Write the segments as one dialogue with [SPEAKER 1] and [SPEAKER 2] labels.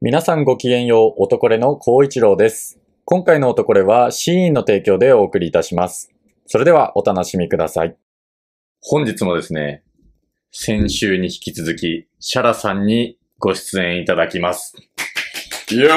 [SPEAKER 1] 皆さんごきげんよう、男れの孝一郎です。今回の男れはシーインの提供でお送りいたします。それではお楽しみください。
[SPEAKER 2] 本日もですね、先週に引き続き、シャラさんにご出演いただきます。よっ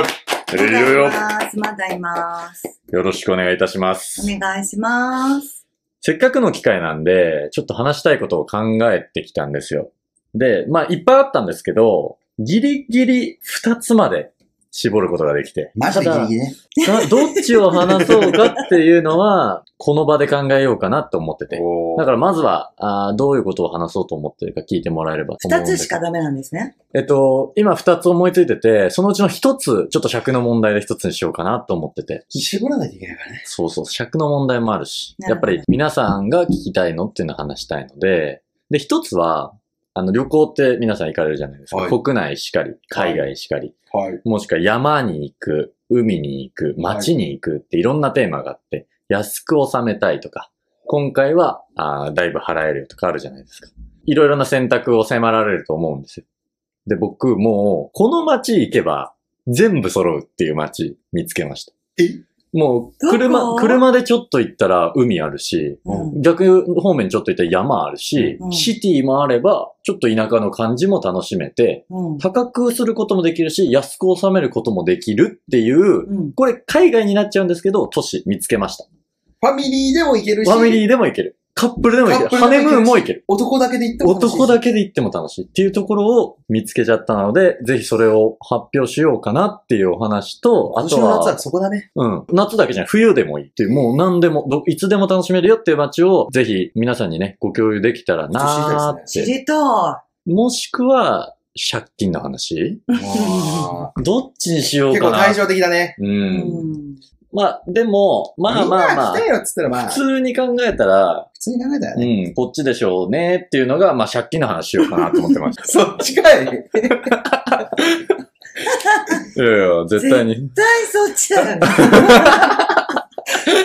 [SPEAKER 3] まだ
[SPEAKER 2] よよ
[SPEAKER 3] います。まだいます。
[SPEAKER 2] よろしくお願いいたしま
[SPEAKER 3] お
[SPEAKER 2] す。
[SPEAKER 3] 願いします。
[SPEAKER 2] せっかくの機会なんで、ちょっと話したいことを考えてきたんですよ。で、まあ、いっぱいあったんですけど、ギリギリ2つまで絞ることができて。
[SPEAKER 4] マジでギリギリね。
[SPEAKER 2] ただ、どっちを話そうかっていうのは、この場で考えようかなと思ってて。だからまずは、あーどういうことを話そうと思ってるか聞いてもらえればと思う
[SPEAKER 3] 二
[SPEAKER 2] んで
[SPEAKER 3] つ
[SPEAKER 2] す
[SPEAKER 3] し
[SPEAKER 2] けど
[SPEAKER 3] かダメなんですね。
[SPEAKER 2] えっと、今二つ思いついてて、そのうちの一つ、ちょっと尺の問題で一つにしようかなと思ってて。
[SPEAKER 4] 絞らないといけないからね。
[SPEAKER 2] そうそう、尺の問題もあるし、
[SPEAKER 3] な
[SPEAKER 2] や
[SPEAKER 3] る
[SPEAKER 2] っ
[SPEAKER 3] ほ
[SPEAKER 2] ぱ
[SPEAKER 3] ど
[SPEAKER 2] り皆さんが聞きたいのっていうのを話したいので、で、一つは、あの、旅行って皆さん行かれるじゃないですか。
[SPEAKER 4] はい
[SPEAKER 2] 国内しかり、海外しかり、
[SPEAKER 4] はい。
[SPEAKER 2] もしくは山に行く、海に行く、街に行くっていろんなテーマがあって、安く収めたいとか、今回はあーだいぶ払えるとかあるじゃないですか。いろいろな選択を迫られると思うんですよ。で、僕もう、この街行けば全部揃うっていう街見つけました。
[SPEAKER 4] え
[SPEAKER 2] もう、
[SPEAKER 3] どこ
[SPEAKER 2] 車、車でちょっと行ったら海あるし、
[SPEAKER 3] うん
[SPEAKER 2] 逆方面ちょっと行ったら山あるし、
[SPEAKER 3] うん
[SPEAKER 2] シティもあれば、ちょっと田舎の感じも楽しめて、
[SPEAKER 3] うん。
[SPEAKER 2] 高くすることもできるし、安く収めることもできるっていうう、
[SPEAKER 3] ん。
[SPEAKER 2] これ海外になっちゃうんですけど、都市見つけました。
[SPEAKER 4] ファミリーでも行けるし、
[SPEAKER 2] ファミリーでも行ける。カップルでも行ける。
[SPEAKER 4] カッ
[SPEAKER 2] ハ
[SPEAKER 4] プルで
[SPEAKER 2] ネムー
[SPEAKER 4] も行けるし
[SPEAKER 2] ンも行ける。
[SPEAKER 4] 男だけで行っても楽しいし
[SPEAKER 2] 男だけで行っても楽しいっていうところを見つけちゃったので、ぜひそれを発表しようかなっていうお話と、あ
[SPEAKER 4] 今年
[SPEAKER 2] と
[SPEAKER 4] の夏
[SPEAKER 2] は
[SPEAKER 4] は、そこだね。
[SPEAKER 2] うん、夏だけじゃない、冬でもいいっていう、もう何でも、どいつでも楽しめるよっていう街を、ぜひ皆さんにね、ご共有できたらなーっ
[SPEAKER 3] 知
[SPEAKER 2] て。
[SPEAKER 3] りた
[SPEAKER 2] もしくは、借金の話
[SPEAKER 3] い。
[SPEAKER 2] どっちにしよう
[SPEAKER 4] 結
[SPEAKER 2] か
[SPEAKER 4] 構
[SPEAKER 2] な。
[SPEAKER 4] 対照的だね。
[SPEAKER 2] う。
[SPEAKER 3] うんん。
[SPEAKER 2] まあ、でも、まあまあまあ
[SPEAKER 4] みんな来、たよっつったらまあ、
[SPEAKER 2] 普
[SPEAKER 4] 普
[SPEAKER 2] 通に考えたら、
[SPEAKER 4] 通に考えたよ
[SPEAKER 2] う
[SPEAKER 4] ね。
[SPEAKER 2] ん、こっちでしょうねっていうのが、まあ、借金の話しようかなと思ってまし
[SPEAKER 4] そっちかい。
[SPEAKER 2] た。いやいや、絶対に。
[SPEAKER 3] 絶対そっちだ よね。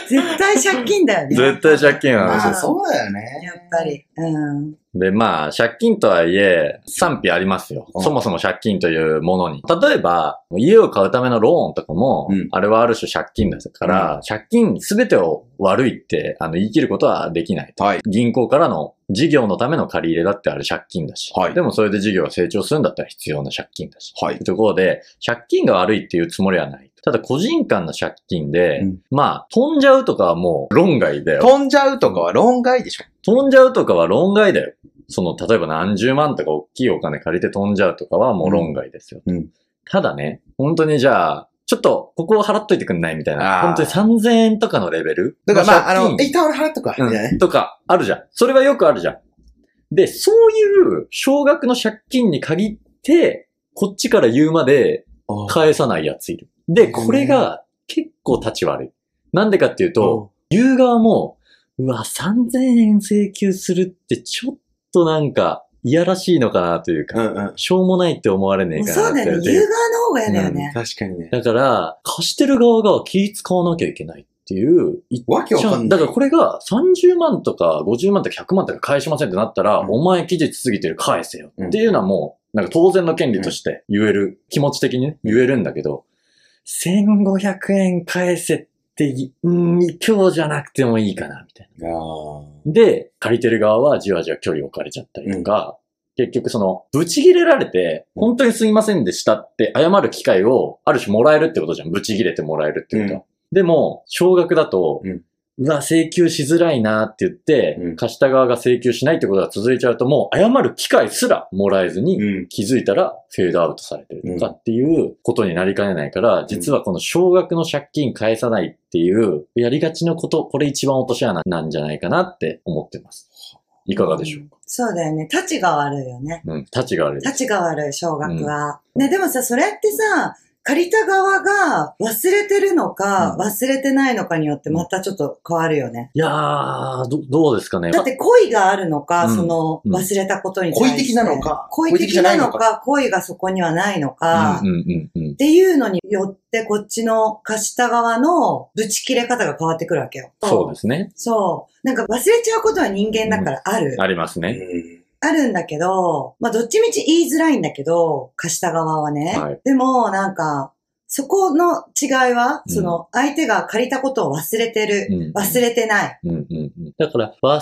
[SPEAKER 3] 絶対借金だよね。
[SPEAKER 2] 絶対借金の話
[SPEAKER 4] ま
[SPEAKER 2] で
[SPEAKER 4] あ、
[SPEAKER 2] す。
[SPEAKER 4] そうだよね。
[SPEAKER 3] やっぱ。り。うん。
[SPEAKER 2] で、まあ、借金とはいえ、賛否ありますよ。
[SPEAKER 4] うん
[SPEAKER 2] そもそも借金というものに。例えば、家を買うためのローンとかも、
[SPEAKER 4] うん
[SPEAKER 2] あれはある種借金ですから、借金全てを悪いって、あの、言い切ることはできない。
[SPEAKER 4] はい。
[SPEAKER 2] 銀行からの事業のための借り入れだってあれ借金だし、
[SPEAKER 4] はい
[SPEAKER 2] でもそれで事業が成長するんだったら必要な借金だし、
[SPEAKER 4] はい
[SPEAKER 2] というところで、借金が悪いっていうつもりはない。ただ個人間の借金で、
[SPEAKER 4] うん
[SPEAKER 2] まあ、飛んじゃうとかはもう論外だよ。
[SPEAKER 4] 飛んじゃうとかは論外でしょ。
[SPEAKER 2] 飛んじゃうとかは論外だよ。その、例えば何十万とか大きいお金借りて飛んじゃうとかはもう論外ですよ。
[SPEAKER 4] うんうん
[SPEAKER 2] ただね、本当にじゃあ、ちょっと、ここを払っといてくんないみたいな。
[SPEAKER 4] あー
[SPEAKER 2] 本当に3000円とかのレベル
[SPEAKER 4] だからまあ、あ
[SPEAKER 2] 借金
[SPEAKER 4] の、一旦俺払っとくわ。みたいなね。
[SPEAKER 2] とか、あるじゃん。それはよくあるじゃん。で、そういう、少額の借金に限って、こっちから言うまで返さないやついる。で、これが結構立ち悪い。なんでかっていうと、言う側も、うわ、3000円請求するってちょっとなんか、いやらしいのかなという
[SPEAKER 4] う
[SPEAKER 2] か、
[SPEAKER 4] んうん。
[SPEAKER 2] しょうもないって思われねえ
[SPEAKER 3] もう
[SPEAKER 2] か
[SPEAKER 3] そう
[SPEAKER 2] なっ
[SPEAKER 3] だ
[SPEAKER 2] て
[SPEAKER 3] よね。
[SPEAKER 2] ってい
[SPEAKER 3] 言
[SPEAKER 2] う
[SPEAKER 3] う側の方が嫌だよね。
[SPEAKER 4] 確かにね。
[SPEAKER 2] だから、貸してる側が気使わなきゃいけないっていう、
[SPEAKER 4] わけわかんない。
[SPEAKER 2] だからこれが30万とか50万とか100万とか返しませんってなったら、
[SPEAKER 4] うん
[SPEAKER 2] お前期日過ぎてる返せよっていうのはもう、なんか当然の権利として言える、気持ち的にね、言えるんだけど、1500円返せってい、うん、今日じゃなくてもいいかな、みたいな。
[SPEAKER 4] あー
[SPEAKER 2] で、借りてる側はじわじわ距離を置かれちゃったりとか、結局その、ブチ切れられて、
[SPEAKER 4] うん
[SPEAKER 2] 本当にすいませんでしたって謝る機会を、ある種もらえるってことじゃん。ブチ切れてもらえるってことは。でも、少額だと、
[SPEAKER 4] うん
[SPEAKER 2] うわ、請求しづらいなって言って、
[SPEAKER 4] うん
[SPEAKER 2] 貸した側が請求しないってことが続いちゃうと、もう謝る機会すらもらえずに、
[SPEAKER 4] うん。
[SPEAKER 2] 気づいたらフェードアウトされてるとかっていうことになりかねないから、実はこの少額の借金返さないっていう、やりがちのこと、これ一番落とし穴なんじゃないかなって思ってます。いかがでしょうか、
[SPEAKER 3] そうだよね。立ちが悪いよね。
[SPEAKER 2] うん、立ちが悪いです。
[SPEAKER 3] 立ちが悪い、小学は。ね、でもさ、それってさ、借りた側が忘れてるのか、
[SPEAKER 2] うん
[SPEAKER 3] 忘れてないのかによってまたちょっと変わるよね。
[SPEAKER 2] いやー、ど、どうですかね。
[SPEAKER 3] だって恋があるのか、
[SPEAKER 2] うん
[SPEAKER 3] その、
[SPEAKER 2] うん
[SPEAKER 3] 忘れたことに対して。
[SPEAKER 4] 恋的なの。か、
[SPEAKER 3] 恋的なのか、恋がそこにはないのか、
[SPEAKER 2] う
[SPEAKER 3] っ
[SPEAKER 2] んうんうん。
[SPEAKER 3] ていうのによって、こっちの貸した側のブチ切れ方が変わってくるわけよ。
[SPEAKER 2] そうですね。
[SPEAKER 3] そう。なんか忘れちゃうことは人間だからある。
[SPEAKER 2] あります
[SPEAKER 4] う
[SPEAKER 2] ね。
[SPEAKER 4] ん。
[SPEAKER 3] あるんだけど、まあどっちみち言いづらいんだけど、貸した側はね。
[SPEAKER 2] はい
[SPEAKER 3] でもなんか、そこの違いは、
[SPEAKER 2] うん
[SPEAKER 3] その相手が借りたことを忘れてる、
[SPEAKER 2] うん
[SPEAKER 3] 忘れてない。
[SPEAKER 2] うんうんうん。だから、忘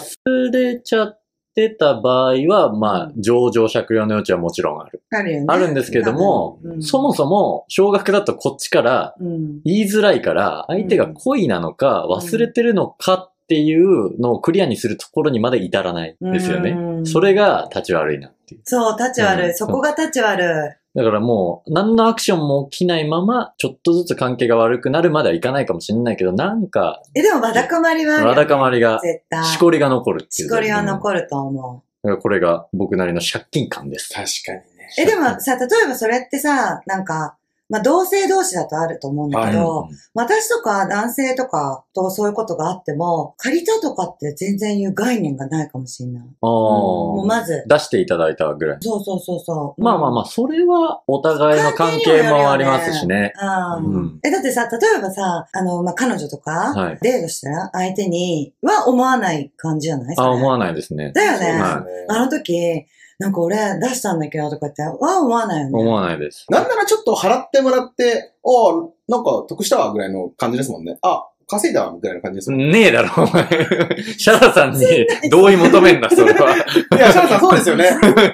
[SPEAKER 2] れちゃってた場合は、まあ、上場借用の余地はもちろんある。
[SPEAKER 3] あるよね。
[SPEAKER 2] あるんですけれども、
[SPEAKER 3] うん
[SPEAKER 2] そもそも、少額だとこっちから
[SPEAKER 3] うん。
[SPEAKER 2] 言いづらいから、相手が故意なのか、忘れてるのかっていうのをクリアにするところにまで至らないですよね。
[SPEAKER 3] ね
[SPEAKER 2] それが立ち悪いなっていう。
[SPEAKER 3] そう、立ち悪い。
[SPEAKER 2] うん
[SPEAKER 3] そこが立ち悪
[SPEAKER 2] だからもう、何のアクションも起きないまま、ちょっとずつ関係が悪くなるまではいかないかもしれないけど、なんか、
[SPEAKER 3] い。え、でもわだかまりはあるよ
[SPEAKER 2] わ
[SPEAKER 3] ね
[SPEAKER 2] だかまりが、
[SPEAKER 3] 絶対。
[SPEAKER 2] しこりが残るっていう。
[SPEAKER 3] しこりは残ると思
[SPEAKER 2] だからこれが僕なりの借金感です。
[SPEAKER 4] 確かにね。
[SPEAKER 3] う。え、でもさ、例えばそれってさ、なんか、まあ同性同士だとあると思うんだけど、私とか男性とかとそういうことがあっても、借りたとかって全然いう概念がないかもしれな
[SPEAKER 2] あ
[SPEAKER 3] い。もう
[SPEAKER 2] あ、
[SPEAKER 3] まず、
[SPEAKER 2] 出していただいたぐらい。
[SPEAKER 3] そうそうそうそう。
[SPEAKER 2] まあまあまあ、それはお互いの関係もありますしね。
[SPEAKER 3] ああー、
[SPEAKER 2] うん
[SPEAKER 3] え、だってさ、例えばさ、あの、まあ、彼女と
[SPEAKER 2] は
[SPEAKER 3] か
[SPEAKER 2] い、
[SPEAKER 3] デートしたら相手には思わない感じじゃない
[SPEAKER 2] あ思
[SPEAKER 3] ない。
[SPEAKER 2] わないですね。
[SPEAKER 3] だよね。
[SPEAKER 2] は
[SPEAKER 3] あの時、なんか俺出したんだけどとかって、は思わないよね。
[SPEAKER 2] 思わないです。
[SPEAKER 4] なんならちょっと払ってもらって、ああ、なんか得したわぐらいの感じですもんね。あ、稼いだわぐらいの感じですもんね。
[SPEAKER 2] ねえだろ、お前。シャラさんに同意求めんな、それは。
[SPEAKER 4] いや、シャラさんそうですよね。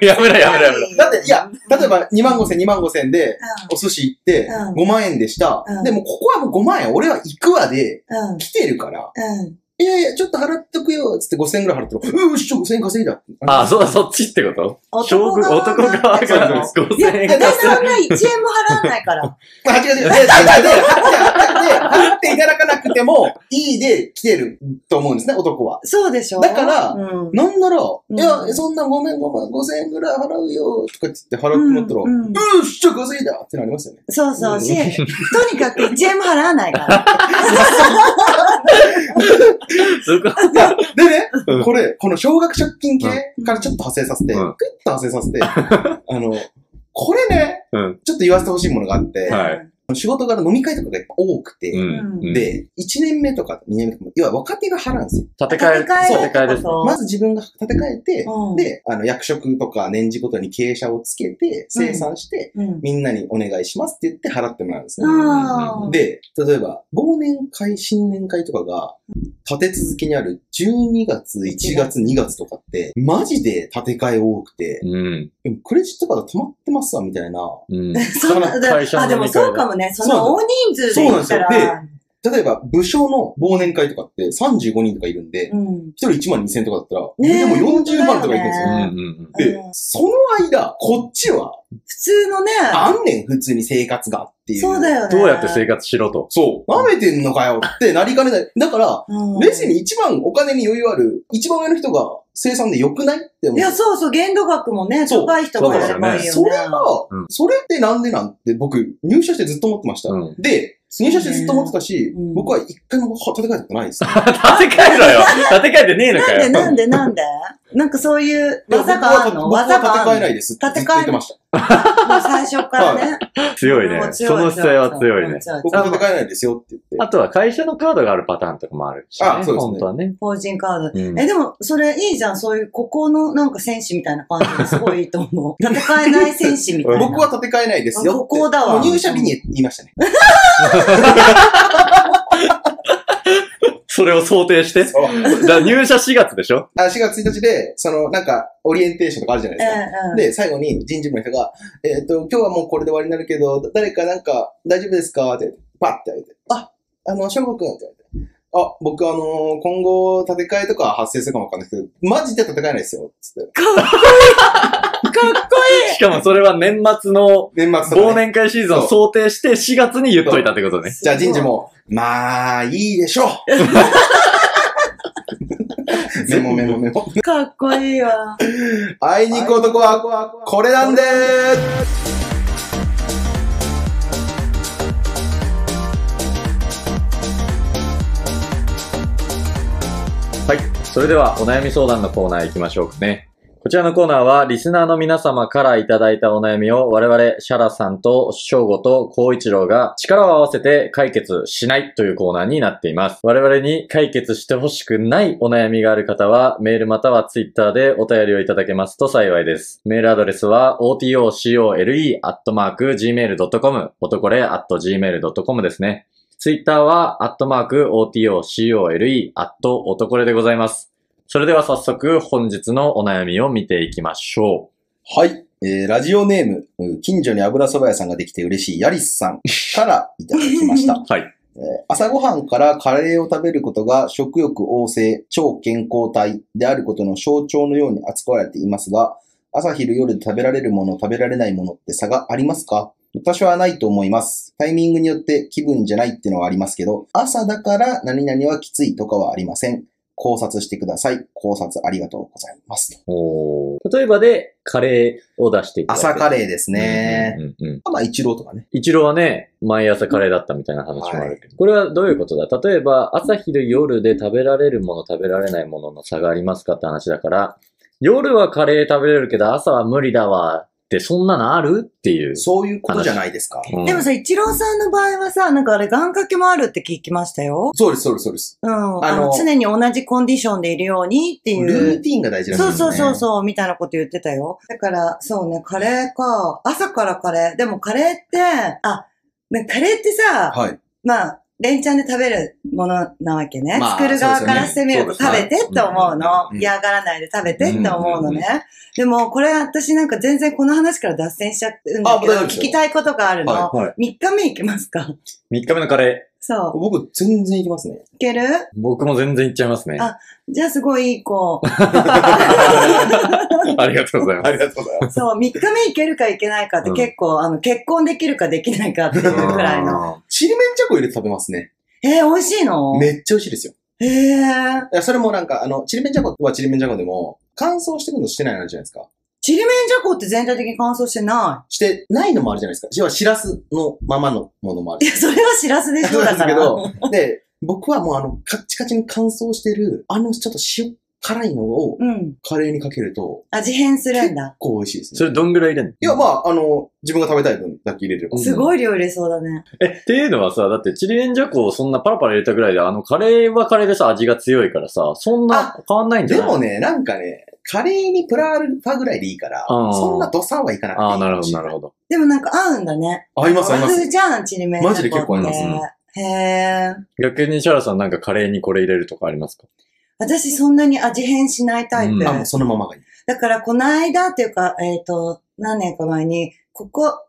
[SPEAKER 2] やめろ、やめろ、やめろ。
[SPEAKER 4] だって、いや、例えば2万5千、2万5千で、お寿司行って
[SPEAKER 3] うん、
[SPEAKER 4] 5万円でした
[SPEAKER 3] うん。
[SPEAKER 4] でも、ここはもう5万円、俺は行くわで、
[SPEAKER 3] うん、うん、
[SPEAKER 4] 来てるから、
[SPEAKER 3] うん。
[SPEAKER 4] いやいや、ちょっと払っとくよ、つって5000円ぐらい払ってる。うー、しょ、5000円稼いだ。
[SPEAKER 2] あ、そう、そっちってこと
[SPEAKER 3] 男
[SPEAKER 2] 将軍
[SPEAKER 3] 側
[SPEAKER 2] 男側
[SPEAKER 3] なんだ
[SPEAKER 2] が
[SPEAKER 3] から
[SPEAKER 2] 5000
[SPEAKER 3] いや、
[SPEAKER 2] 円
[SPEAKER 3] だ
[SPEAKER 2] か
[SPEAKER 3] いたいそんな1円も払わな いから。
[SPEAKER 4] あ、違う違う。で、で、で、で、払っていただかなくても、いいで来てると思うんですね、男は。
[SPEAKER 3] そうでしょ
[SPEAKER 4] だから
[SPEAKER 3] うん。
[SPEAKER 4] なんなら、
[SPEAKER 3] ん
[SPEAKER 4] いや、そんなごめんごめん、5000円ぐらい払うよ、とかって言って払ってもらったら、
[SPEAKER 3] う
[SPEAKER 4] うん
[SPEAKER 3] うん
[SPEAKER 4] ー、しょ、稼いだってなりますよね。
[SPEAKER 3] そうそうし、とにかく1円も払わないから。
[SPEAKER 2] そこ
[SPEAKER 4] いや、でね
[SPEAKER 2] うん、
[SPEAKER 4] これ、この少額借金系
[SPEAKER 3] うん
[SPEAKER 4] からちょっと派生させて、
[SPEAKER 2] う
[SPEAKER 4] ク
[SPEAKER 2] ん
[SPEAKER 4] ッと派生さ せて、あの、これね、
[SPEAKER 2] うん。
[SPEAKER 4] ちょっと言わせてほしいものがあって、
[SPEAKER 2] はい
[SPEAKER 4] 仕事柄飲み会とかがやっぱ多くて、
[SPEAKER 2] うん。、
[SPEAKER 4] で、1年目とか2年目とか、要は若手が払うんですよ。
[SPEAKER 2] 建て
[SPEAKER 3] 建
[SPEAKER 2] 替え、
[SPEAKER 3] て替え
[SPEAKER 2] 建て替えですね。
[SPEAKER 3] そ
[SPEAKER 4] まず自分が立て替えて、
[SPEAKER 3] うん
[SPEAKER 4] で、あの、役職とか年次ごとに経営者をつけて、生産して、
[SPEAKER 3] ううん。
[SPEAKER 4] みんなにお願いしますって言って払ってもらうんですね。
[SPEAKER 3] あー
[SPEAKER 4] で、例えば、忘年会、新年会とかが、立て続けにある12月、1月、2月とかって、マジで立て替え多くて、
[SPEAKER 2] うん。
[SPEAKER 4] でもクレジットカード止まってますわ、みたいな。
[SPEAKER 2] うん。
[SPEAKER 3] そんな、だ
[SPEAKER 2] 会社の
[SPEAKER 3] あ、でもそうかもね。その大人数で言ったら。
[SPEAKER 4] そうなん例えば、部署の忘年会とかって35人とかいるんで、
[SPEAKER 3] うん。
[SPEAKER 4] 1人1万2000とかだったら、
[SPEAKER 3] ねえ
[SPEAKER 4] でも40万とかいくんです
[SPEAKER 2] う
[SPEAKER 4] よ。
[SPEAKER 2] んうん
[SPEAKER 4] で
[SPEAKER 3] う、ん
[SPEAKER 4] その間、こっちは、
[SPEAKER 3] 普通のね。
[SPEAKER 4] あんねん、普通に生活がっていう。
[SPEAKER 3] そうだよね。
[SPEAKER 2] どうやって生活しろと。
[SPEAKER 4] そう。舐めてんのかよってなりかねない。だから、
[SPEAKER 3] うん
[SPEAKER 4] 冷静に一番お金に余裕ある、一番上の人が生産で良くないって思う。
[SPEAKER 3] いや、そうそう、限度額もね、
[SPEAKER 4] そう
[SPEAKER 3] 高い人がやればいいよね。
[SPEAKER 4] それが、
[SPEAKER 2] うん
[SPEAKER 4] それってなんでなんて僕、入社してずっと思ってました。
[SPEAKER 2] うん
[SPEAKER 4] で、入社してずっと思ってたし、
[SPEAKER 3] うん
[SPEAKER 4] 僕は一回も立て替えたことないです。
[SPEAKER 2] 建て替えろよ建て替えてねえのか
[SPEAKER 3] なんで
[SPEAKER 2] よ
[SPEAKER 3] なんでなんでなんかそういう技があるの
[SPEAKER 4] 僕は
[SPEAKER 3] 技が
[SPEAKER 4] 立て替
[SPEAKER 3] ある
[SPEAKER 4] え
[SPEAKER 3] の
[SPEAKER 4] ないですってずっと言ってました。
[SPEAKER 3] もう最初からね。
[SPEAKER 2] 強いね
[SPEAKER 3] もう。
[SPEAKER 2] その姿勢は強いね。
[SPEAKER 3] 強
[SPEAKER 4] 僕
[SPEAKER 3] 強
[SPEAKER 4] は立て替えないですよって言って。
[SPEAKER 2] あとは会社のカードがあるパターンとかもあるし、ね。
[SPEAKER 4] あそうですね
[SPEAKER 2] 本当はね。
[SPEAKER 3] 法人カード。
[SPEAKER 2] うん
[SPEAKER 3] え、でも、それいいじゃん。そういう、ここのなんか戦士みたいな感じですごいいいと 思う。立て替えない戦士みたいな。
[SPEAKER 4] 僕は立て替えないですよって。
[SPEAKER 3] ここだわ
[SPEAKER 4] もう入社日に言いましたね。
[SPEAKER 2] それを想定して。
[SPEAKER 4] あ、
[SPEAKER 2] だから入社4月でしょ
[SPEAKER 4] 4月1日で、その、なんか、オリエンテーションとかあるじゃない
[SPEAKER 3] え
[SPEAKER 4] ですか。
[SPEAKER 3] え、うん。
[SPEAKER 4] で、最後に人事部の人が、えっ、と、今日はもうこれで終わりになるけど、誰かなんか大丈夫ですかって、パッてあげて、あ、あの、翔吾くんって言われて、あ、僕あのー今後建て替えとか発生するかもわかんないですけど、マジで建て替えないですよ、つって。
[SPEAKER 2] しかもそれは年末の
[SPEAKER 4] 年末と
[SPEAKER 2] 忘
[SPEAKER 4] か、ね。
[SPEAKER 2] 年会シーズンを想定して4月に言っといたってことね。
[SPEAKER 4] じゃあ人事も、まあ、いいでし ょうメモメモメモ。
[SPEAKER 3] かっこいいわ。
[SPEAKER 4] あいに行く男は、これなんでー
[SPEAKER 2] はい。それではお悩み相談のコーナー行きましょうかね。こちらのコーナーは、リスナーの皆様からいただいたお悩みを、我々、シャラさんと、翔吾と、光一郎が、力を合わせて解決しないというコーナーになっています。我々に解決してほしくないお悩みがある方は、メールまたはツイッターでお便りをいただけますと幸いです。メールアドレスは、otocole.gmail.com、男れ .gmail.com ですね。ツイッターは、アットマーク、otocole、アット男れでございます。それでは早速本日のお悩みを見ていきましょ
[SPEAKER 4] はい。えー、ラジオネーム、うん近所に油そば屋さんができて嬉しいヤリスさんからいただきました。
[SPEAKER 2] う。はい。
[SPEAKER 4] えー朝ごはんからカレーを食べることが食欲旺盛、超健康体であることの象徴のように扱われていますが、朝昼夜で食べられるもの、食べられないものって差がありますか私はないと思います。タイミングによって気分じゃないってのはありますけど、朝だから何々はきついとかはありません。考察してください。考察ありがとうございます。
[SPEAKER 2] お例えばで、カレーを出していくわけ。
[SPEAKER 4] 朝カ
[SPEAKER 2] ー
[SPEAKER 4] レーですね。。
[SPEAKER 2] うんうんうん。
[SPEAKER 4] まあ、一郎とかね。
[SPEAKER 2] 一郎はね、毎朝カレーだったみたいな話もあるけど、これはどういうことだ例えば、朝昼夜で食べられるもの、食べられないものの差がありますかって話だから、夜はカレー食べれるけど、朝は無理だわって、そんなのあるっていう。
[SPEAKER 4] そういうことじゃないですか。
[SPEAKER 2] うん
[SPEAKER 3] でもさ、一郎さんの場合はさ、なんかあれ、願掛けもあるって聞きましたよ。
[SPEAKER 4] そうです、そうです、そうです。
[SPEAKER 3] うん。あ
[SPEAKER 4] あの
[SPEAKER 3] の、常に同じコンディションでいるようにっていう。
[SPEAKER 4] ルーティンが大事なんです
[SPEAKER 3] そ
[SPEAKER 4] ね。
[SPEAKER 3] うそうそうそう、みたいなこと言ってたよ。だから、そうね、カレーか。朝からカレー。でもカレーって、あ、ねカレーってさ、
[SPEAKER 4] はい。
[SPEAKER 3] まあ、レンチャンで食べるものなわけね。
[SPEAKER 4] まあ
[SPEAKER 3] 作る側からしてみると、
[SPEAKER 4] そう
[SPEAKER 3] 食
[SPEAKER 4] です
[SPEAKER 3] べ
[SPEAKER 4] ね
[SPEAKER 3] てって思うの。
[SPEAKER 4] うん
[SPEAKER 3] 嫌がらないで食べてって思うの
[SPEAKER 4] うんうんうん
[SPEAKER 3] ね。でも、これ私なんか全然この話から脱線しちゃうんだけど
[SPEAKER 4] あ、もう大丈夫です
[SPEAKER 3] 聞
[SPEAKER 4] よ
[SPEAKER 3] きたいことがあるの。
[SPEAKER 4] は
[SPEAKER 2] はい。
[SPEAKER 3] 3日目行きますか
[SPEAKER 2] 3日目のカレ
[SPEAKER 3] そう。
[SPEAKER 4] 僕、全然いきますね。
[SPEAKER 3] いける
[SPEAKER 2] ー、僕も全然いっちゃいますね。あ
[SPEAKER 3] あじゃあすごいいい子。
[SPEAKER 2] りがとうございます。
[SPEAKER 4] りがとうございます。
[SPEAKER 3] そう、3日目行けるか行けないかって
[SPEAKER 2] うん
[SPEAKER 3] 結構、あの、結婚できるかできないかっていうくらいの。
[SPEAKER 2] の。
[SPEAKER 4] ちりめんじゃこ入れて食べますね。
[SPEAKER 3] えー、美味しいの
[SPEAKER 4] めっちゃ美味しいですよ。
[SPEAKER 3] へえー。
[SPEAKER 4] いや、それもなんか、あの、ちりめんじゃこはちりめんじゃこでも、乾燥してるのしてないのあるじゃないですか。
[SPEAKER 3] ちりめんじゃこって全体的に乾燥してな
[SPEAKER 4] してないのもあるじゃないですか。要は、しらすのままのものもあ
[SPEAKER 3] い。い
[SPEAKER 4] る。
[SPEAKER 3] や、それはしらすでしょ、だ から。
[SPEAKER 4] そうですけど、で、僕はもうあの、カッチカチに乾燥してる、あの、ちょっと塩辛いのを、
[SPEAKER 3] うん。
[SPEAKER 4] カレーにかけると、
[SPEAKER 3] 味変する
[SPEAKER 4] 結
[SPEAKER 3] んだ。
[SPEAKER 4] 構美味しいです
[SPEAKER 2] そ
[SPEAKER 4] ね。
[SPEAKER 2] れどんぐらい入れんの
[SPEAKER 4] いや、まあ、あの、自分が食べたい分だけ入れれば。
[SPEAKER 2] うん
[SPEAKER 3] すごい量入れそうだね。
[SPEAKER 2] え、っていうのはさ、だってチリエンジャコをそんなパラパラ入れたぐらいで、あの、カレーはカレーでさ、味が強いからさ、そんな変わんないんじゃ
[SPEAKER 4] で
[SPEAKER 2] ない
[SPEAKER 4] もね、なんかね、カレーにプラアルファぐらいでいいから、
[SPEAKER 2] あー
[SPEAKER 4] そんなドサンはいかなくていい
[SPEAKER 2] ああ、なるほど、なるほど。
[SPEAKER 3] でもなんか合うんだね。
[SPEAKER 4] ど。合います、合い
[SPEAKER 3] 和
[SPEAKER 4] ます。
[SPEAKER 3] 風じゃん、ちりめんじゃこって。
[SPEAKER 4] マジで結構合います
[SPEAKER 3] へえ。
[SPEAKER 2] 逆にシャラさんなんかカレーにこれ入れるとかありますか
[SPEAKER 3] 私そんなに味変しないタイプ。
[SPEAKER 2] うん
[SPEAKER 4] あ、もうそのままがいい。
[SPEAKER 3] だから、この間っていうか、えっ、と、何年か前に、ここ、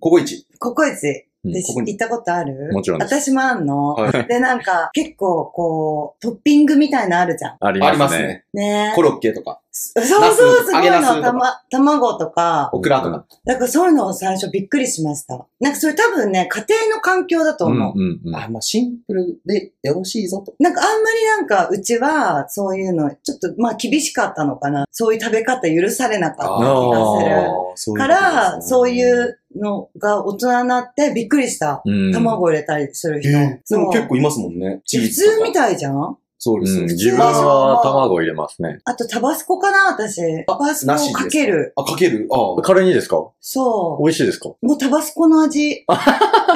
[SPEAKER 4] ココイチ。
[SPEAKER 3] ココイチ
[SPEAKER 2] うん
[SPEAKER 3] で
[SPEAKER 4] ここに
[SPEAKER 3] 行ったことある
[SPEAKER 2] もちろんです
[SPEAKER 3] 私もあんの。
[SPEAKER 4] はい
[SPEAKER 3] で、なんか、結構、こう、トッピングみたいなのあるじゃん。
[SPEAKER 2] あり
[SPEAKER 4] あ
[SPEAKER 2] ま
[SPEAKER 4] り
[SPEAKER 2] す
[SPEAKER 4] ます
[SPEAKER 2] ね。
[SPEAKER 4] ね。
[SPEAKER 3] ね
[SPEAKER 4] コロッケとか、
[SPEAKER 3] そうそう、すごい
[SPEAKER 4] ナス揚げナスと
[SPEAKER 3] の。
[SPEAKER 4] か
[SPEAKER 3] たま、卵とか。
[SPEAKER 4] オクラとか。
[SPEAKER 3] なんかそういうのを最初びっくりしました。なんかそれ多分ね、家庭の環境だと
[SPEAKER 2] うん
[SPEAKER 3] 思う。
[SPEAKER 2] うんうん。
[SPEAKER 4] あ、まあシンプルでよろしいぞと。
[SPEAKER 3] なんかあんまりなんか、うちは、そういうの、ちょっと、まあ厳しかったのかな。そういう食べ方許されなかった気がす
[SPEAKER 2] あ
[SPEAKER 3] る。
[SPEAKER 4] そういうことですね
[SPEAKER 3] から、そういうのが大人になってびっくりした。
[SPEAKER 2] うん。
[SPEAKER 3] 卵入れたりする
[SPEAKER 4] え
[SPEAKER 3] 人。
[SPEAKER 4] ーで
[SPEAKER 3] そう
[SPEAKER 4] も結構いますもんね。チー
[SPEAKER 3] 普
[SPEAKER 4] ズとか
[SPEAKER 3] 通みたいじゃん
[SPEAKER 4] そう
[SPEAKER 2] う
[SPEAKER 4] です。
[SPEAKER 2] ん。
[SPEAKER 4] 普通
[SPEAKER 2] 自分は卵入れますね。
[SPEAKER 3] あとタバスコかな私。タバスコ
[SPEAKER 4] なし
[SPEAKER 3] を
[SPEAKER 4] です
[SPEAKER 3] かける。
[SPEAKER 4] あ、かける。あ
[SPEAKER 2] カレーにです か
[SPEAKER 3] そ
[SPEAKER 2] 美味しいですか
[SPEAKER 3] う。もうタバスコの味。
[SPEAKER 4] あ。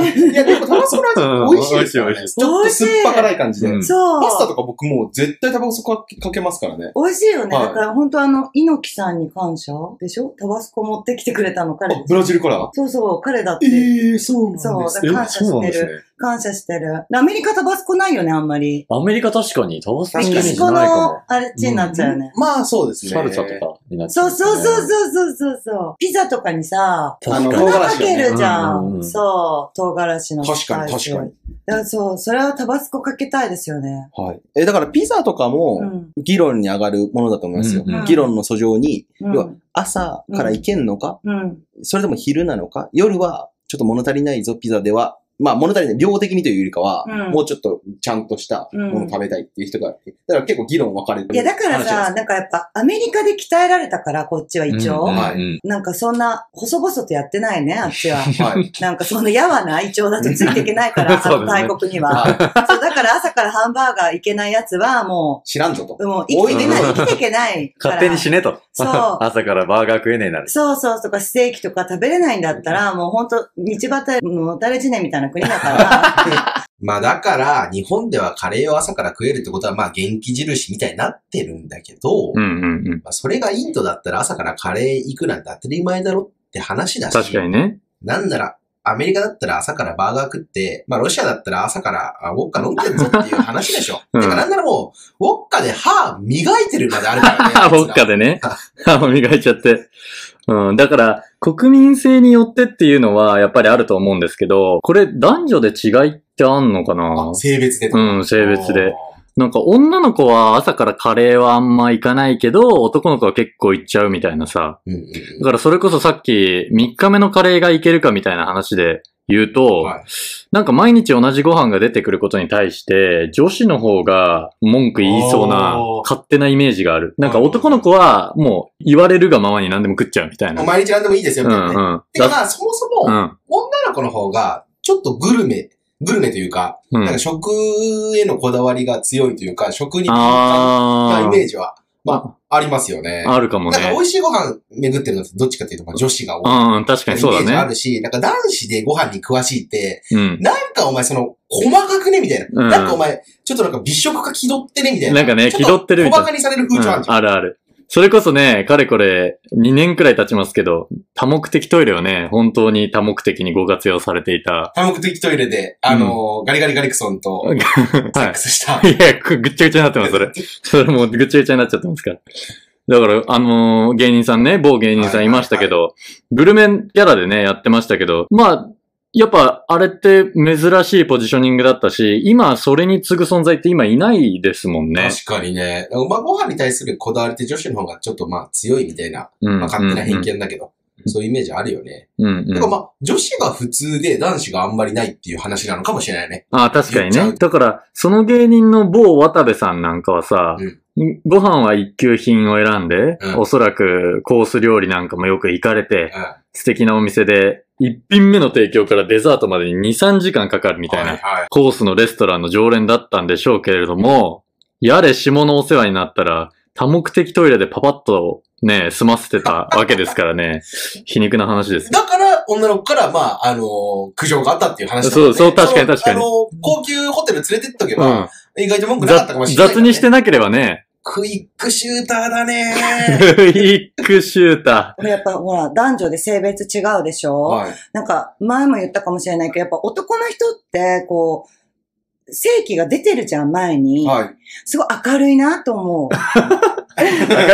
[SPEAKER 4] いや、でもタバスコの味美味しいですよ
[SPEAKER 2] うん美
[SPEAKER 4] ね。
[SPEAKER 2] 味し
[SPEAKER 4] ちょっと酸っぱ辛い感じで
[SPEAKER 2] 美味。しい
[SPEAKER 3] そう。
[SPEAKER 4] パスタとか僕もう絶対タバスコかけかけますからね。
[SPEAKER 3] 美味しいよね。
[SPEAKER 4] はい
[SPEAKER 3] だから本当あの、猪木さんに感謝でしょタバスコ持ってきてくれたの彼
[SPEAKER 4] あ、。ブラジルから。
[SPEAKER 3] そうそう、彼だっ
[SPEAKER 4] え
[SPEAKER 3] て。
[SPEAKER 4] え、そうなんです
[SPEAKER 3] そうだから
[SPEAKER 2] そうなんですね。
[SPEAKER 3] 感謝してる。アメリカタバスコないよね、あんまり。
[SPEAKER 2] アメリカ確かに、タバスコのイ
[SPEAKER 3] メ
[SPEAKER 2] メー
[SPEAKER 3] キ
[SPEAKER 2] ジ
[SPEAKER 3] シ
[SPEAKER 2] ない
[SPEAKER 3] コ
[SPEAKER 2] か
[SPEAKER 3] の
[SPEAKER 2] も。
[SPEAKER 3] あれっちになっちゃうよね。
[SPEAKER 4] まあそうですね。
[SPEAKER 2] サルサとかになっちゃ
[SPEAKER 3] そううん
[SPEAKER 2] です
[SPEAKER 3] そ
[SPEAKER 2] よ
[SPEAKER 3] う
[SPEAKER 2] ね。
[SPEAKER 3] そうそうそうそう。ピザとかにさ、
[SPEAKER 4] あ
[SPEAKER 2] 確か
[SPEAKER 4] の
[SPEAKER 3] 粉
[SPEAKER 2] に。
[SPEAKER 4] 唐
[SPEAKER 3] か
[SPEAKER 4] 辛子
[SPEAKER 3] けるじゃ。
[SPEAKER 2] うんうんうんん
[SPEAKER 3] そう、唐辛子の
[SPEAKER 4] 確
[SPEAKER 3] ス
[SPEAKER 4] か
[SPEAKER 3] パ
[SPEAKER 4] に
[SPEAKER 3] イス。
[SPEAKER 4] 確かに。
[SPEAKER 3] だからそう、それはタバスコかけたいですよね。
[SPEAKER 4] はい。え、だからピザとか
[SPEAKER 3] う
[SPEAKER 4] も、
[SPEAKER 3] ん。
[SPEAKER 4] 議論に上がるものだと思いますよ
[SPEAKER 2] うん
[SPEAKER 3] う。ん
[SPEAKER 4] 議論の訴状に、
[SPEAKER 3] う
[SPEAKER 4] 要は
[SPEAKER 3] ん。
[SPEAKER 4] 朝から行けんのか
[SPEAKER 3] うん。
[SPEAKER 4] それとも昼なのか夜は、ちょっと物足りないぞ、ピザでは。
[SPEAKER 5] まあ物足りない、量的にというよりかは、
[SPEAKER 3] うん
[SPEAKER 5] もうちょっとちゃんとしたものを食べたいっていう人が、だから結構議論分かれてる。
[SPEAKER 3] いや、だから
[SPEAKER 5] 話なん
[SPEAKER 3] さ、
[SPEAKER 5] で
[SPEAKER 3] なんかやっぱアメリカで鍛えられたから、こっちは一応。
[SPEAKER 5] んはい
[SPEAKER 2] い。
[SPEAKER 3] なんかそんな、細々とやってないね、あっちは。
[SPEAKER 5] すよはい。
[SPEAKER 3] なんかそんなやわな胃腸だとついていけないから、あ
[SPEAKER 2] そう
[SPEAKER 3] の
[SPEAKER 2] ですね
[SPEAKER 3] 大国には。そう、だから朝からハンバーガーいけないやつは、も
[SPEAKER 5] 知らんぞと。
[SPEAKER 3] う、もう生きていけない、生きていけないから。
[SPEAKER 6] 勝手に死ねと。
[SPEAKER 3] そう
[SPEAKER 6] 朝からバーガー食えねえなら。
[SPEAKER 3] そうそうとか、ステーキとか食べれないんだったら、もうほんと、道端の垂れ地ねみたいな国だから、
[SPEAKER 4] まあだから、日本ではカレーを朝から食えるってことは、まあ元気印みたいになってるんだけど、
[SPEAKER 2] うんうんうん。
[SPEAKER 4] まあそれがインドだったら朝からカレー行くなんて当たり前だろって話だし、
[SPEAKER 2] 確かにね。
[SPEAKER 4] なんなら、アメリカだったら朝からバーガー食って、まあロシアだったら朝からあウォッカ飲んでんぞっていう話でしょ。
[SPEAKER 2] うん
[SPEAKER 4] てかなんならもう、ウォッカで歯磨いてるまであるからね
[SPEAKER 2] あ。
[SPEAKER 4] あい
[SPEAKER 2] ウォ
[SPEAKER 4] つ
[SPEAKER 2] ッ
[SPEAKER 4] ら
[SPEAKER 2] カでね
[SPEAKER 4] は。
[SPEAKER 2] 歯を磨いちゃって。うん、だから、国民性によってっていうのは、やっぱりあると思うんですけど、これ、男女で違いってあんのかな
[SPEAKER 4] あ性別でとか。
[SPEAKER 2] うん、性別で。。なんか、女の子は朝からカレーはあんま行かないけど、男の子は結構行っちゃうみたいなさ。
[SPEAKER 4] うんうんうん
[SPEAKER 2] だから、それこそさっき、3日目のカレーがいけるかみたいな話で言うと、
[SPEAKER 4] はい
[SPEAKER 2] なんか毎日同じご飯が出てくることに対して、女子の方が文句言いそうな
[SPEAKER 4] おー
[SPEAKER 2] 勝手なイメージがある。なんか男の子はもう言われるがままに何でも食っちゃうみたいな。
[SPEAKER 4] もう毎日なんでもいいですよ、
[SPEAKER 2] う
[SPEAKER 4] みたい
[SPEAKER 2] ん
[SPEAKER 4] な
[SPEAKER 2] う
[SPEAKER 4] ね。
[SPEAKER 2] ん。
[SPEAKER 4] てか
[SPEAKER 2] だ
[SPEAKER 4] まあそもそも、
[SPEAKER 2] うん。
[SPEAKER 4] 女の子の方が、ちょっとグルメ、グルメというか、
[SPEAKER 2] う
[SPEAKER 4] なん
[SPEAKER 2] ん
[SPEAKER 4] か。食へのこだわりが強いというか、食に敏感なイ
[SPEAKER 2] あ
[SPEAKER 4] メージは
[SPEAKER 2] あ。
[SPEAKER 4] ありますよね。
[SPEAKER 2] あるかも
[SPEAKER 4] なんか
[SPEAKER 2] ね
[SPEAKER 4] 美。味しいご飯巡ってるのってどっちかというと、まあ女子が多い。
[SPEAKER 2] うん、確かにそう
[SPEAKER 4] イメージあ
[SPEAKER 2] だね。
[SPEAKER 4] るし、なんか男子でご飯に詳しいって、
[SPEAKER 2] うん。
[SPEAKER 4] なんかお前その、細かくねみたいな。
[SPEAKER 2] うん
[SPEAKER 4] なんかお前、ちょっとなんか美食か気取ってねみたいな。
[SPEAKER 2] なんかね
[SPEAKER 4] ちょっ
[SPEAKER 2] 気
[SPEAKER 4] と
[SPEAKER 2] 取ってるみたいな
[SPEAKER 4] 小馬鹿にされる
[SPEAKER 2] う
[SPEAKER 4] 風
[SPEAKER 2] ん
[SPEAKER 4] 潮あるじゃん。
[SPEAKER 2] あるある。それこそね、かれこれ2年くらい経ちますけど、多目的トイレをね、本当に多目的にご活用されていた。
[SPEAKER 4] 多目的トイレで、あのー、ガリガリガリクソンと、セッ
[SPEAKER 2] は
[SPEAKER 4] クスした。
[SPEAKER 2] い。いや、ぐぐっちゃぐちゃになってます、それ。 それもうぐちゃぐちゃになっちゃってますから。だから、あのー芸人さんね、某芸人さんいましたけど、グルメキャラでね、やってましたけど、まあ、やっぱ、あれって珍しいポジショニングだったし、今、それに次ぐ存在って今いないですもんね。
[SPEAKER 4] 確かにね。まあ、ご飯に対するこだわりって女子の方がちょっとまあ強いみたいな、
[SPEAKER 2] うん
[SPEAKER 4] まあ、勝手な偏見だけど、そういうイメージあるよね。
[SPEAKER 2] うんうん
[SPEAKER 4] てかまあ、女子が普通で男子があんまりないっていう話なのかもしれないね。
[SPEAKER 2] ああ、確か
[SPEAKER 4] 言
[SPEAKER 2] に
[SPEAKER 4] っちゃ
[SPEAKER 2] ね。
[SPEAKER 4] う
[SPEAKER 2] だから、その芸人の某渡部さんなんかはさ、ご飯は一級品を選んで、
[SPEAKER 4] うん
[SPEAKER 2] おそらくコース料理なんかもよく行かれて、
[SPEAKER 4] うん。
[SPEAKER 2] 素敵なお店で、一品目の提供からデザートまでに2、3時間かかるみたい
[SPEAKER 4] はい
[SPEAKER 2] な、
[SPEAKER 4] はい。
[SPEAKER 2] コースのレストランの常連だったんでしょうけれども、やれ下のお世話になったら、多目的トイレでパパッとね、済ませてたわけですから ね、皮肉な話ですよ。
[SPEAKER 4] だから、女の子から、まあ、あのー苦情があったっていう話だもんね、
[SPEAKER 2] そうそう確かに確かに
[SPEAKER 4] そのあのー高級ホテル連れてっとけ
[SPEAKER 2] う
[SPEAKER 4] ば、
[SPEAKER 2] ん。
[SPEAKER 4] 意外と文句なかったかもしれない、
[SPEAKER 2] 雑にし。てなければ ね、
[SPEAKER 4] クイックシューターだね
[SPEAKER 2] クイックシュータ
[SPEAKER 3] これやっぱほら、男女で性別違うでしょ、
[SPEAKER 4] はい。
[SPEAKER 3] なんか、前も言ったかもしれないけど、やっぱ男の人って、こう、正気が出てるじゃん、前に。
[SPEAKER 4] はい。
[SPEAKER 3] すごい明るいなと思う。
[SPEAKER 6] 明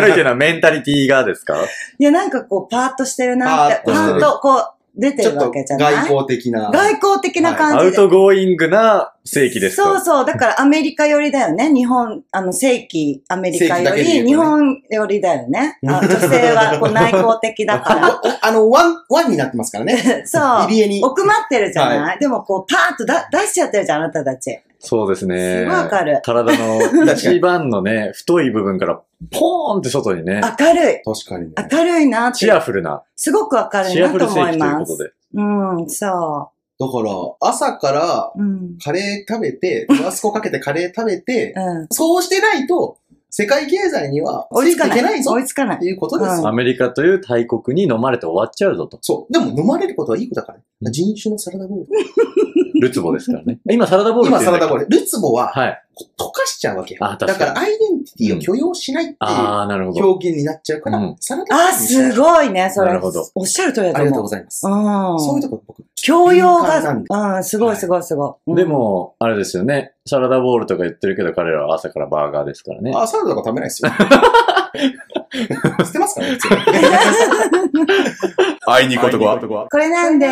[SPEAKER 6] るいっていうのはメンタリティがですか
[SPEAKER 3] いや、なんかこう、パーッとしてるなって、
[SPEAKER 4] パ
[SPEAKER 3] パ
[SPEAKER 2] ーッとして
[SPEAKER 3] ー
[SPEAKER 2] る
[SPEAKER 3] ッとこう、出て
[SPEAKER 5] ちょ
[SPEAKER 3] る
[SPEAKER 5] っと
[SPEAKER 3] わけじゃない
[SPEAKER 5] 外交的な。
[SPEAKER 3] 外 交的な
[SPEAKER 6] ア
[SPEAKER 3] 感
[SPEAKER 6] ウ
[SPEAKER 3] じで。
[SPEAKER 6] トゴーイングな正規です
[SPEAKER 3] そう
[SPEAKER 6] か
[SPEAKER 3] そう。だからアメリカ寄りだよね。日本、あの、正規アメリカ
[SPEAKER 4] 正規だ
[SPEAKER 3] よ
[SPEAKER 4] けで言う
[SPEAKER 3] り、
[SPEAKER 4] とね
[SPEAKER 3] 日本寄りだよね。あ女性はこう内向的だ か
[SPEAKER 5] おあの、ワン、ワンになってますからね。
[SPEAKER 3] ら。そう。
[SPEAKER 5] 入江に。
[SPEAKER 3] 奥まってるじゃない、でもこう、パーッとだ出しちゃってるじゃん、あなたたち。
[SPEAKER 6] そうです
[SPEAKER 3] す
[SPEAKER 6] ね
[SPEAKER 3] ごい。明るい。
[SPEAKER 6] 体の一番のね、太い部分からポーンって外にね、
[SPEAKER 3] 明るい。
[SPEAKER 5] 確かにね。
[SPEAKER 3] 明るいなって
[SPEAKER 6] チ。アフルな、
[SPEAKER 3] すごく明るい
[SPEAKER 6] チア
[SPEAKER 3] な
[SPEAKER 6] フル
[SPEAKER 3] と
[SPEAKER 6] 正
[SPEAKER 3] 思
[SPEAKER 6] 規
[SPEAKER 3] い
[SPEAKER 6] という
[SPEAKER 3] ま
[SPEAKER 6] こ
[SPEAKER 3] す
[SPEAKER 6] と。で。
[SPEAKER 3] うん、そ
[SPEAKER 5] だから、朝から
[SPEAKER 3] う。うん。
[SPEAKER 5] カレー食べて、タバスコかけてカレー食べて、
[SPEAKER 3] うん。
[SPEAKER 5] そうしてないと、世界経済には
[SPEAKER 3] 追いつかな
[SPEAKER 5] つい
[SPEAKER 3] い。
[SPEAKER 5] ていけないぞ
[SPEAKER 3] 追
[SPEAKER 5] っ
[SPEAKER 3] いつかない
[SPEAKER 5] て。いうことです
[SPEAKER 3] うん
[SPEAKER 5] よ。
[SPEAKER 6] アメリカという大国に飲まれて終わっちゃうぞと。
[SPEAKER 5] そう。でも飲まれることはいいことだから。人種のサラダボール。
[SPEAKER 6] ルツボですからね。今サラダボールっ
[SPEAKER 5] 今
[SPEAKER 6] て
[SPEAKER 5] サ
[SPEAKER 6] 言う
[SPEAKER 5] ラ
[SPEAKER 6] んだっ
[SPEAKER 5] ダ
[SPEAKER 6] け
[SPEAKER 5] ボール。ルツボは
[SPEAKER 6] はい。
[SPEAKER 5] 溶かしちゃうわけよ。
[SPEAKER 6] あ
[SPEAKER 5] だ
[SPEAKER 6] 確かに
[SPEAKER 5] からアイデンティティを許容しないってい
[SPEAKER 6] ああ、なるほ
[SPEAKER 5] う
[SPEAKER 6] ど。
[SPEAKER 5] 表現になっちゃうか
[SPEAKER 6] う
[SPEAKER 5] ら
[SPEAKER 6] ん、
[SPEAKER 5] サラダボール
[SPEAKER 3] あ、
[SPEAKER 5] にしよう
[SPEAKER 3] すごいね、それ。
[SPEAKER 6] なるほど
[SPEAKER 3] おっしゃる通りだ
[SPEAKER 5] あ
[SPEAKER 3] と
[SPEAKER 5] りがとうご
[SPEAKER 3] 思う。
[SPEAKER 5] ざいます。
[SPEAKER 3] うん。
[SPEAKER 5] そういうとこ僕、
[SPEAKER 3] 教養
[SPEAKER 5] 敏感なん
[SPEAKER 3] が、うん、すごいすごいすごい。うん
[SPEAKER 6] で、も、あれですよね。サラダボールとか言ってるけど、彼らは朝からバーガーですからね。
[SPEAKER 5] あ、サラダとか食べないですよ。捨てますからね、普通に
[SPEAKER 3] これなんで、